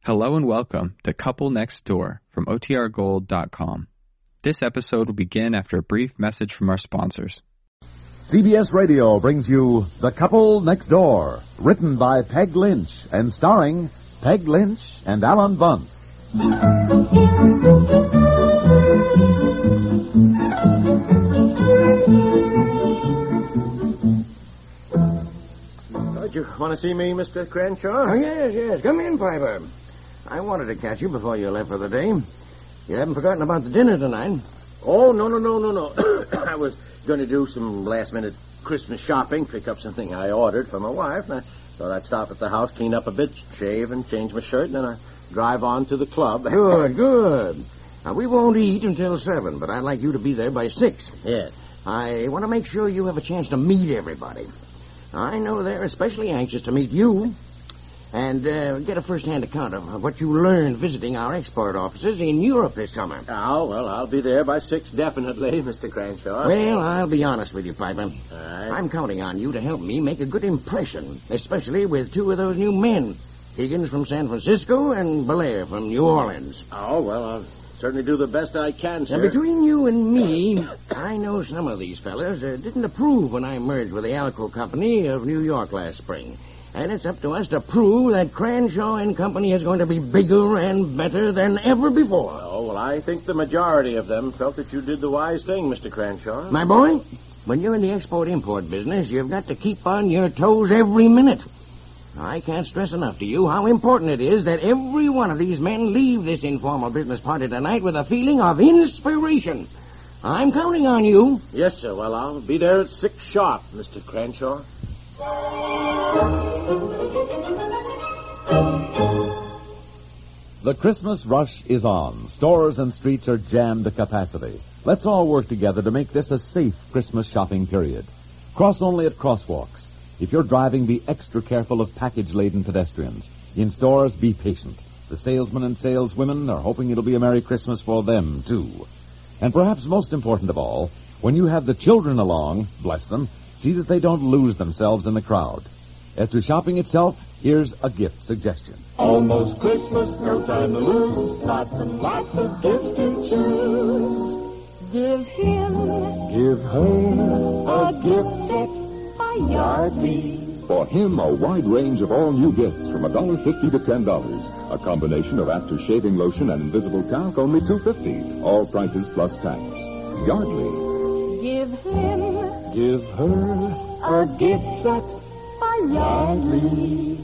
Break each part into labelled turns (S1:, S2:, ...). S1: Hello and welcome to Couple Next Door from OTRGold.com. This episode will begin after a brief message from our sponsors.
S2: CBS Radio brings you The Couple Next Door, written by Peg Lynch and starring Peg Lynch and Alan Bunce.
S3: Don't you want to see me, Mr. Crenshaw?
S4: Oh, yes, yes. Come in, Piper. I wanted to catch you before you left for the day. You haven't forgotten about the dinner tonight.
S3: Oh, no, no, no, no, no. I was going to do some last minute Christmas shopping, pick up something I ordered for my wife, and I thought I'd stop at the house, clean up a bit, shave, and change my shirt, and then I drive on to the club.
S4: Good, good. Now, we won't eat until seven, but I'd like you to be there by six.
S3: Yes.
S4: I want to make sure you have a chance to meet everybody. I know they're especially anxious to meet you and uh, get a first-hand account of what you learned visiting our export offices in Europe this summer.
S3: Oh, well, I'll be there by six, definitely, Mr. Crenshaw.
S4: Well, I'll be honest with you, Piper.
S3: All right.
S4: I'm counting on you to help me make a good impression, especially with two of those new men. Higgins from San Francisco and Belair from New Orleans.
S3: Oh, well, I'll certainly do the best I can, sir.
S4: Now, between you and me, I know some of these fellas uh, didn't approve when I merged with the Alco Company of New York last spring. And it's up to us to prove that Cranshaw and Company is going to be bigger and better than ever before.
S3: Oh, well, I think the majority of them felt that you did the wise thing, Mr. Crenshaw.
S4: My boy, when you're in the export import business, you've got to keep on your toes every minute. I can't stress enough to you how important it is that every one of these men leave this informal business party tonight with a feeling of inspiration. I'm counting on you.
S3: Yes, sir. Well, I'll be there at six sharp, Mr. Crenshaw.
S2: The Christmas rush is on. Stores and streets are jammed to capacity. Let's all work together to make this a safe Christmas shopping period. Cross only at crosswalks. If you're driving, be extra careful of package laden pedestrians. In stores, be patient. The salesmen and saleswomen are hoping it'll be a Merry Christmas for them, too. And perhaps most important of all, when you have the children along, bless them, see that they don't lose themselves in the crowd. As to shopping itself, here's a gift suggestion.
S5: Almost Christmas, no time to lose. Lots and lots of gifts to choose. Give him, give her a gift set by Yardley.
S6: For him, a wide range of all new gifts from $1.50 to $10. A combination of after shaving lotion and invisible talc, only $2.50. All prices plus tax. Yardley.
S5: Give him
S6: Give her
S5: a gift set by Yardley.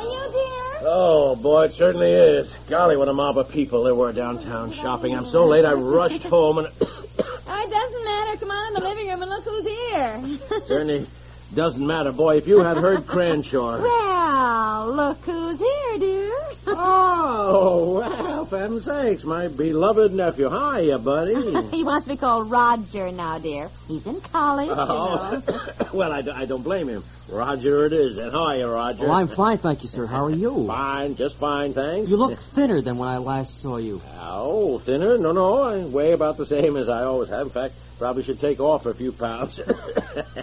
S3: Oh, boy, it certainly is. Golly, what a mob of people there were downtown shopping. I'm so late I rushed home and
S7: Oh, it doesn't matter. Come on in the living room and look who's here.
S3: certainly doesn't matter, boy. If you had heard Cranshaw.
S7: well, look who's here, dear.
S3: Oh, well, for heaven's sakes, my beloved nephew. Hiya, buddy.
S7: he wants to be called Roger now, dear. He's in college.
S3: Oh,
S7: You know.
S3: well, I, d- I don't blame him. Roger it is. And how are you, Roger?
S8: Oh, I'm fine, thank you, sir. How are you?
S3: fine, just fine, thanks.
S8: You look thinner than when I last saw you.
S3: Oh, thinner? No, no, I weigh about the same as I always have. In fact, probably should take off a few pounds.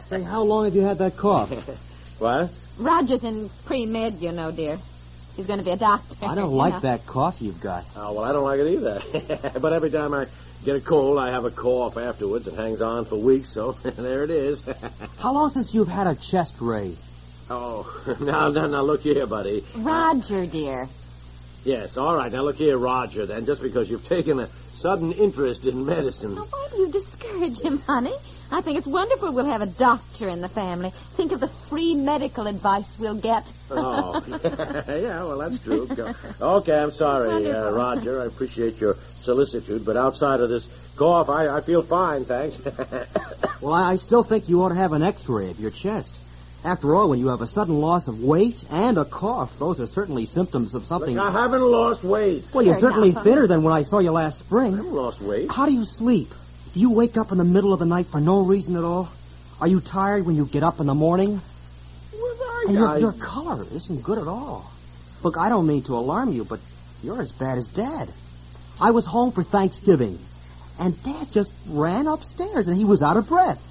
S8: Say, how long have you had that cough?
S3: what?
S7: Roger's in pre-med, you know, dear. He's going to be a doctor.
S8: I don't
S7: you
S8: like
S7: know.
S8: that cough you've got.
S3: Oh, well, I don't like it either. but every time I get a cold, I have a cough afterwards. It hangs on for weeks, so there it is.
S8: How long since you've had a chest ray?
S3: oh, now, now, now, look here, buddy.
S7: Roger, dear.
S3: Yes, all right. Now, look here, Roger, then. Just because you've taken a sudden interest in medicine.
S7: Now, why do you discourage him, honey? I think it's wonderful we'll have a doctor in the family. Think of the free medical advice we'll get.
S3: Oh, yeah, well, that's true. Go- Okay, I'm sorry, uh, Roger. I appreciate your solicitude, but outside of this cough, I, I feel fine, thanks.
S8: Well, I, I still think you ought to have an x-ray of your chest. After all, when you have a sudden loss of weight and a cough, those are certainly symptoms of something.
S3: Look, I haven't lost weight.
S8: well, you're
S7: Fair
S8: certainly
S7: enough.
S8: thinner than when I saw you last
S3: I
S8: spring.
S3: haven't lost weight.
S8: How do you sleep? Do you wake up in the middle of the night for no reason at all? Are you tired when you get up in the morning?
S3: Was I?
S8: And your,
S3: I-
S8: your color isn't good at all. Look, I don't mean to alarm you, but you're as bad as Dad. I was home for Thanksgiving, And Dad just ran upstairs, and he was out of breath.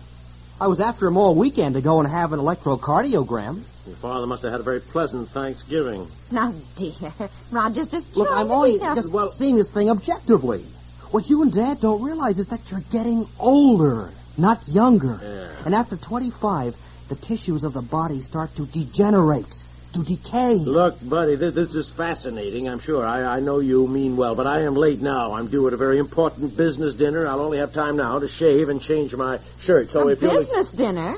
S8: I was after him all weekend to go and have an electrocardiogram.
S3: Your father must have had a very pleasant Thanksgiving.
S7: Now, dear, Roger's just
S8: Look,
S7: trying
S8: I'm
S7: to
S8: only
S7: be self-
S8: just seeing this thing objectively. What you and Dad don't realize is that you're getting older, not younger.
S3: Yeah.
S8: And after 25, the tissues of the body start to degenerate, to decay.
S3: Look, buddy, this, this is fascinating, I'm sure. I, I know you mean well, but I am late now. I'm due at a very important business dinner. I'll only have time now to shave and change my shirt. So
S7: a
S3: if you'll...
S7: business dinner.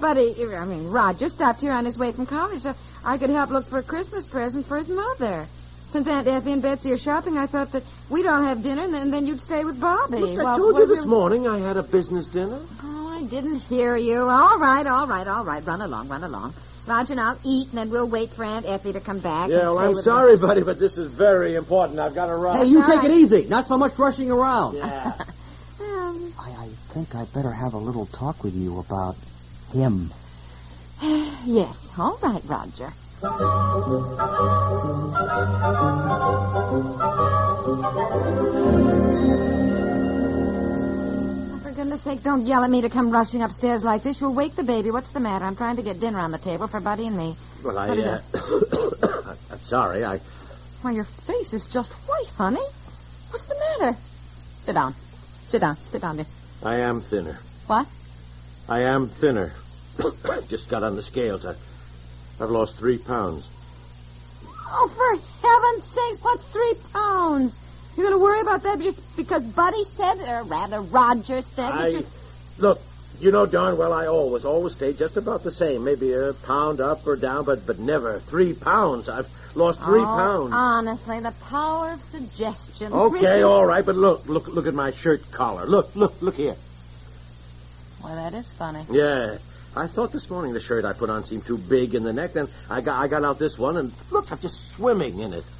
S7: But, he, I mean, Roger stopped here on his way from college, so I could help look for a Christmas present for his mother. Since Aunt Effie and Betsy are shopping, I thought that we'd all have dinner, and then, then you'd stay with Bobby.
S3: Look, I
S7: while-
S3: told
S7: while
S3: you this
S7: we're-
S3: morning I had a business dinner.
S7: Oh, I didn't hear you. All right, all right, all right. Run along, run along. Roger and I'll eat, and then we'll wait for Aunt Effie to come back.
S3: Yeah,
S7: and
S3: well,
S7: stay
S3: I'm
S7: with
S3: sorry, buddy, but this is very important. I've got to
S8: Hey,
S3: run.
S8: you
S7: all
S8: take
S7: right.
S8: it easy. Not so much rushing around.
S3: Yeah.
S7: us. Um,
S8: I, I think I'd better have a little talk with you about him.
S7: yes, all right, Roger. Oh, For goodness sake, don't yell at me to come rushing upstairs like this. You'll wake the baby. What's the matter? I'm trying to get dinner on the table for Buddy and me.
S3: Well, I,
S7: What is
S3: uh, I'm sorry. I,
S7: Why, your face is just white, honey. What's the matter? Sit down. Sit down. Sit down, dear.
S3: I am thinner.
S7: What?
S3: I am thinner. Just got on the scales. I, I've lost three pounds.
S7: Oh, for heaven's sake, what's three pounds? You're going to worry about that just because Buddy said, or rather, Roger said. that
S3: I
S7: you-
S3: look. You know darn well I always, always stay just about the same. Maybe a pound up or down, but but never three pounds. I've lost three
S7: Oh,
S3: pounds.
S7: Honestly, the power of suggestion.
S3: okay,
S7: Really.
S3: all right, but look, look, look at my shirt collar. Look, look, look here.
S7: Well, that is funny.
S3: Yeah. I thought this morning the shirt I put on seemed too big in the neck. Then I got I got out this one, and look, I'm just swimming in it.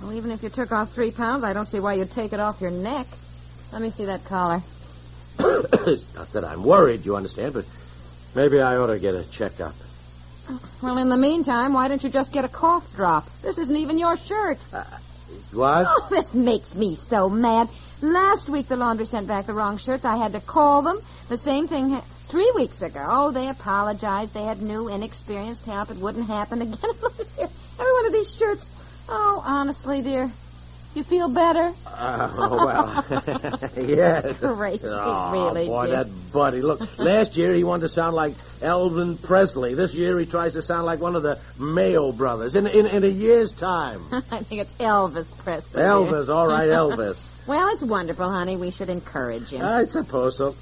S7: Well, even if you took off three pounds, I don't see why you'd take it off your neck. Let me see that collar.
S3: it's not that I'm worried, you understand, but maybe I ought to get a checkup.
S7: Well, in the meantime, why don't you just get a cough drop? This isn't even your shirt.
S3: Uh, What?
S7: Oh, this makes me so mad. Last week the laundry sent back the wrong shirts. I had to call them. The same thing ha- three weeks ago. Oh, they apologized. They had new, inexperienced help. It wouldn't happen again. Look at here. Every one of these shirts. Oh, honestly, dear, you feel better?
S3: Oh, well. yes.
S7: Crazy,
S3: oh,
S7: really,
S3: boy,
S7: Dick.
S3: that buddy. Look, last year he wanted to sound like Elvin Presley. This year he tries to sound like one of the Mayo brothers in, in, in a year's time.
S7: I think it's Elvis Presley. dear.
S3: Elvis, all right, Elvis.
S7: Well, it's wonderful, honey. We should encourage him.
S3: I suppose so.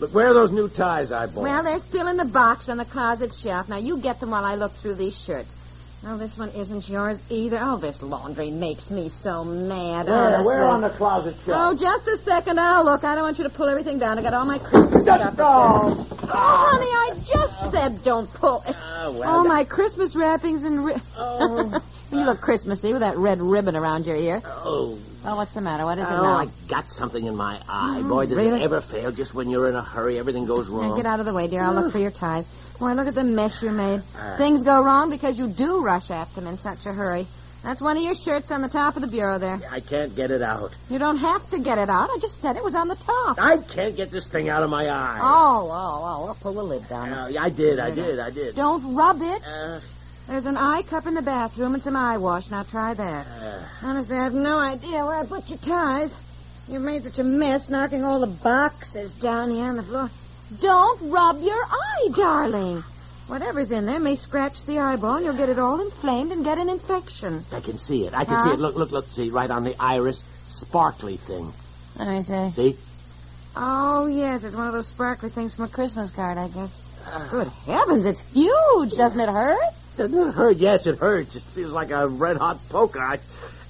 S3: Look, where are those new ties I bought?
S7: Well, they're still in the box on the closet shelf. Now, you get them while I look through these shirts. No, this one isn't yours either. Oh, this laundry makes me so mad. Oh,
S3: where,
S7: honestly.
S3: where on the closet
S7: Oh,
S3: shelf?
S7: just a second. I'll look. I don't want you to pull everything down. I got all my Christmas stuff.
S3: Oh,
S7: Oh, honey, I just said don't pull. it.
S3: Ah, well,
S7: all
S3: that-
S7: my Christmas wrappings and. Ri-
S3: Oh.
S7: you look Christmassy with that red ribbon around your ear.
S3: oh.
S7: Oh, what's the matter? What is it
S3: Oh,
S7: now? Mm,
S3: I got something in my eye. Boy, does
S7: really?
S3: it ever fail just when you're in a hurry, everything goes wrong.
S7: Now, get out of the way, dear. I'll look for your ties. Boy, look at the mess you made. Things go wrong because you do rush at them in such a hurry. That's one of your shirts on the top of the bureau there.
S3: I can't get it out.
S7: You don't have to get it out. I just said it was on the top.
S3: I can't get this thing out of my eye.
S7: Oh, oh, oh. Well, pull the lid down.
S3: Uh, I did, I did, I did.
S7: Don't rub it.
S3: Uh,
S7: There's an eye cup in the bathroom and some eye wash. Now try that.
S3: uh,
S7: Honestly, I have no idea where I put your ties. You made such a mess knocking all the boxes down here on the floor. Don't rub your eye, darling. Whatever's in there may scratch the eyeball, and you'll get it all inflamed and get an infection.
S3: I can see it. I can
S7: Huh?
S3: see it. Look, look, look. See, right on the iris, sparkly thing.
S7: Let me see.
S3: See?
S7: Oh, yes, it's one of those sparkly things from a Christmas card, I guess.
S3: Ah.
S7: Good heavens, it's huge. Doesn't it hurt?
S3: Doesn't it hurt? Yes, it hurts. It feels like a red hot poker. I,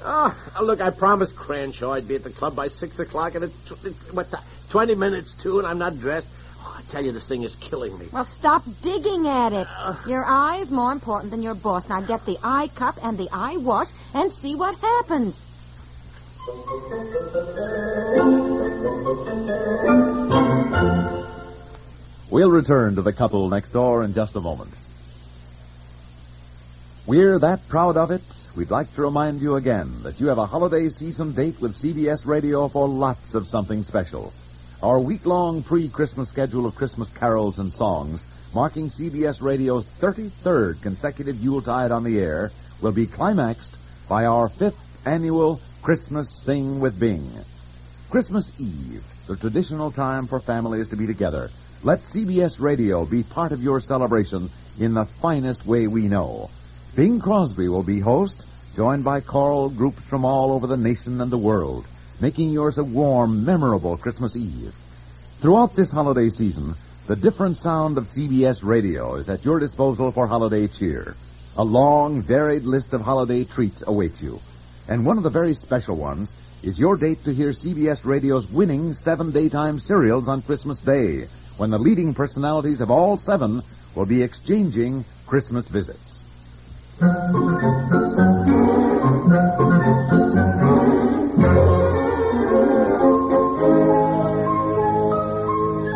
S3: oh, look, I promised Cranshaw I'd be at the club by six o'clock, and it's, tw- it's what, ti- twenty minutes to, and I'm not dressed. Oh, I tell you, this thing is killing me.
S7: Well, stop digging at it. Your eye is more important than your boss. Now get the eye cup and the eye wash and see what happens.
S2: We'll return to the couple next door in just a moment. We're that proud of it, we'd like to remind you again that you have a holiday season date with CBS Radio for lots of something special. Our week long pre Christmas schedule of Christmas carols and songs, marking CBS Radio's 33rd consecutive Yuletide on the air, will be climaxed by our fifth annual Christmas Sing with Bing. Christmas Eve, the traditional time for families to be together, let CBS Radio be part of your celebration in the finest way we know. Bing Crosby will be host, joined by choral groups from all over the nation and the world, making yours a warm, memorable Christmas Eve. Throughout this holiday season, the different sound of CBS radio is at your disposal for holiday cheer. A long, varied list of holiday treats awaits you. And one of the very special ones is your date to hear CBS radio's winning seven daytime serials on Christmas Day, when the leading personalities of all seven will be exchanging Christmas visits.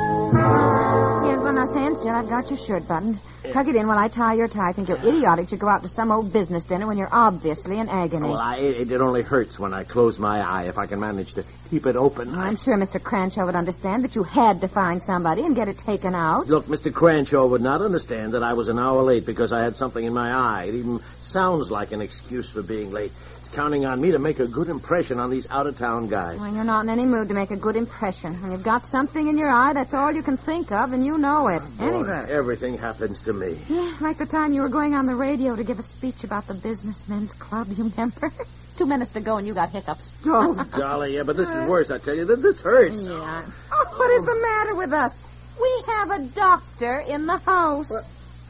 S7: Here's one I stand still. I've got your shirt buttoned. Tuck it in while I tie your tie. I think you're idiotic to go out to some old business dinner when you're obviously in agony.
S3: Well, I, it, it only hurts when I close my eye. If I can manage to keep it open. I-
S7: I'm sure Mr. Cranshaw would understand that you had to find somebody and get it taken out.
S3: Look, Mr. Cranshaw would not understand that I was an hour late because I had something in my eye. It even sounds like an excuse for being late. He's counting on me to make a good impression on these out of town guys.
S7: Well, you're not in any mood to make a good impression. When you've got something in your eye, that's all you can think of, and you know it.
S3: Boy,
S7: Anyway.
S3: everything happens to me.
S7: Yeah, like the time you were going on the radio to give a speech about the Businessmen's Club, you remember? Two minutes to go, and you got hiccups.
S3: Oh, golly, yeah, but this is worse, I tell you. Th- This hurts.
S7: Yeah. Oh, what is the matter with us? We have a doctor in the house.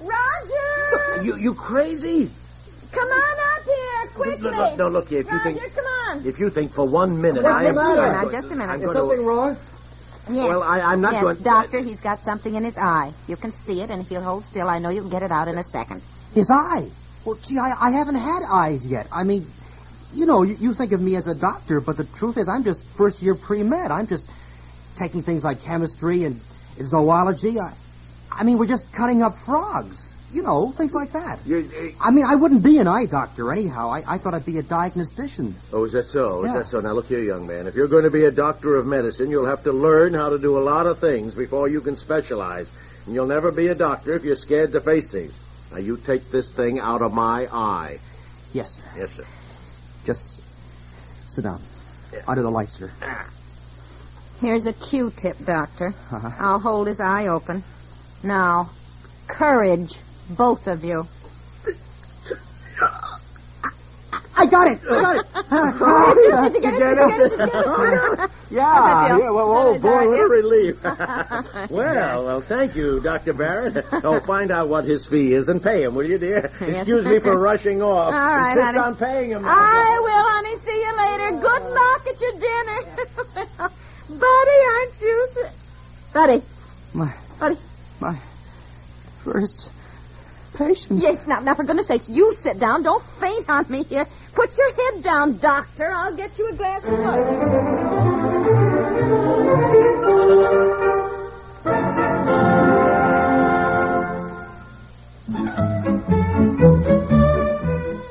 S7: Roger!
S3: You, you crazy?
S7: Come on up here, quickly!
S3: No, no, no, look here, if you think-
S7: Roger, come on.
S3: If you think for one minute
S7: Well,
S3: I am
S7: just a
S3: I'm
S7: minute, now,
S3: going-
S7: just a minute.
S3: I'm
S7: Is
S3: going
S7: something
S3: to-
S8: Roy?
S7: Yes.
S3: Well, I, I'm not
S7: yes,
S3: going.
S7: doctor, he's got something in his eye. You can see it, and if you'll hold still, I know you can get it out in a second.
S8: His eye. Well, gee, I, I haven't had eyes yet. I mean, you know, you, you think of me as a doctor, but the truth is I'm just first year pre med. I'm just taking things like chemistry and zoology. I, I mean, we're just cutting up frogs. You know, things like that.
S3: You- eh,
S8: I mean, I wouldn't be an eye doctor anyhow. I, I thought I'd be a diagnostician.
S3: Oh, is that so? Is
S8: Yeah.
S3: that so? Now, look here, young man. If you're going to be a doctor of medicine, you'll have to learn how to do a lot of things before you can specialize. And you'll never be a doctor if you're scared to face things. Now, you take this thing out of my eye.
S8: Yes, sir.
S3: Yes, sir.
S8: Just sit down. Under the light, sir.
S7: Here's a Q-tip, doctor. I'll hold his eye open. Now, courage, both of you.
S8: I got it! I got it! Oh,
S7: Did you get it? Did you get it? Did you get it?
S8: yeah,
S7: feel?
S8: Ah, yeah, well, oh, boy.
S3: Boy, what a relief. well, well, thank you, Dr. Barrett. oh, find out what his fee is and pay him, will you, dear?
S7: Yes.
S3: Excuse me for rushing off.
S7: All right,
S3: Insist
S7: honey.
S3: on paying him.
S7: I will, honey. See you later. Good luck at your dinner. Buddy, aren't you? s- Buddy,
S8: My,
S7: buddy.
S8: my first patient.
S7: Yes, now, now, for goodness sakes, you sit down. Don't faint on me here. Put your head down, doctor. I'll get you a glass of water.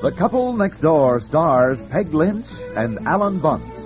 S2: The Couple Next Door stars Peg Lynch and Alan Bunce.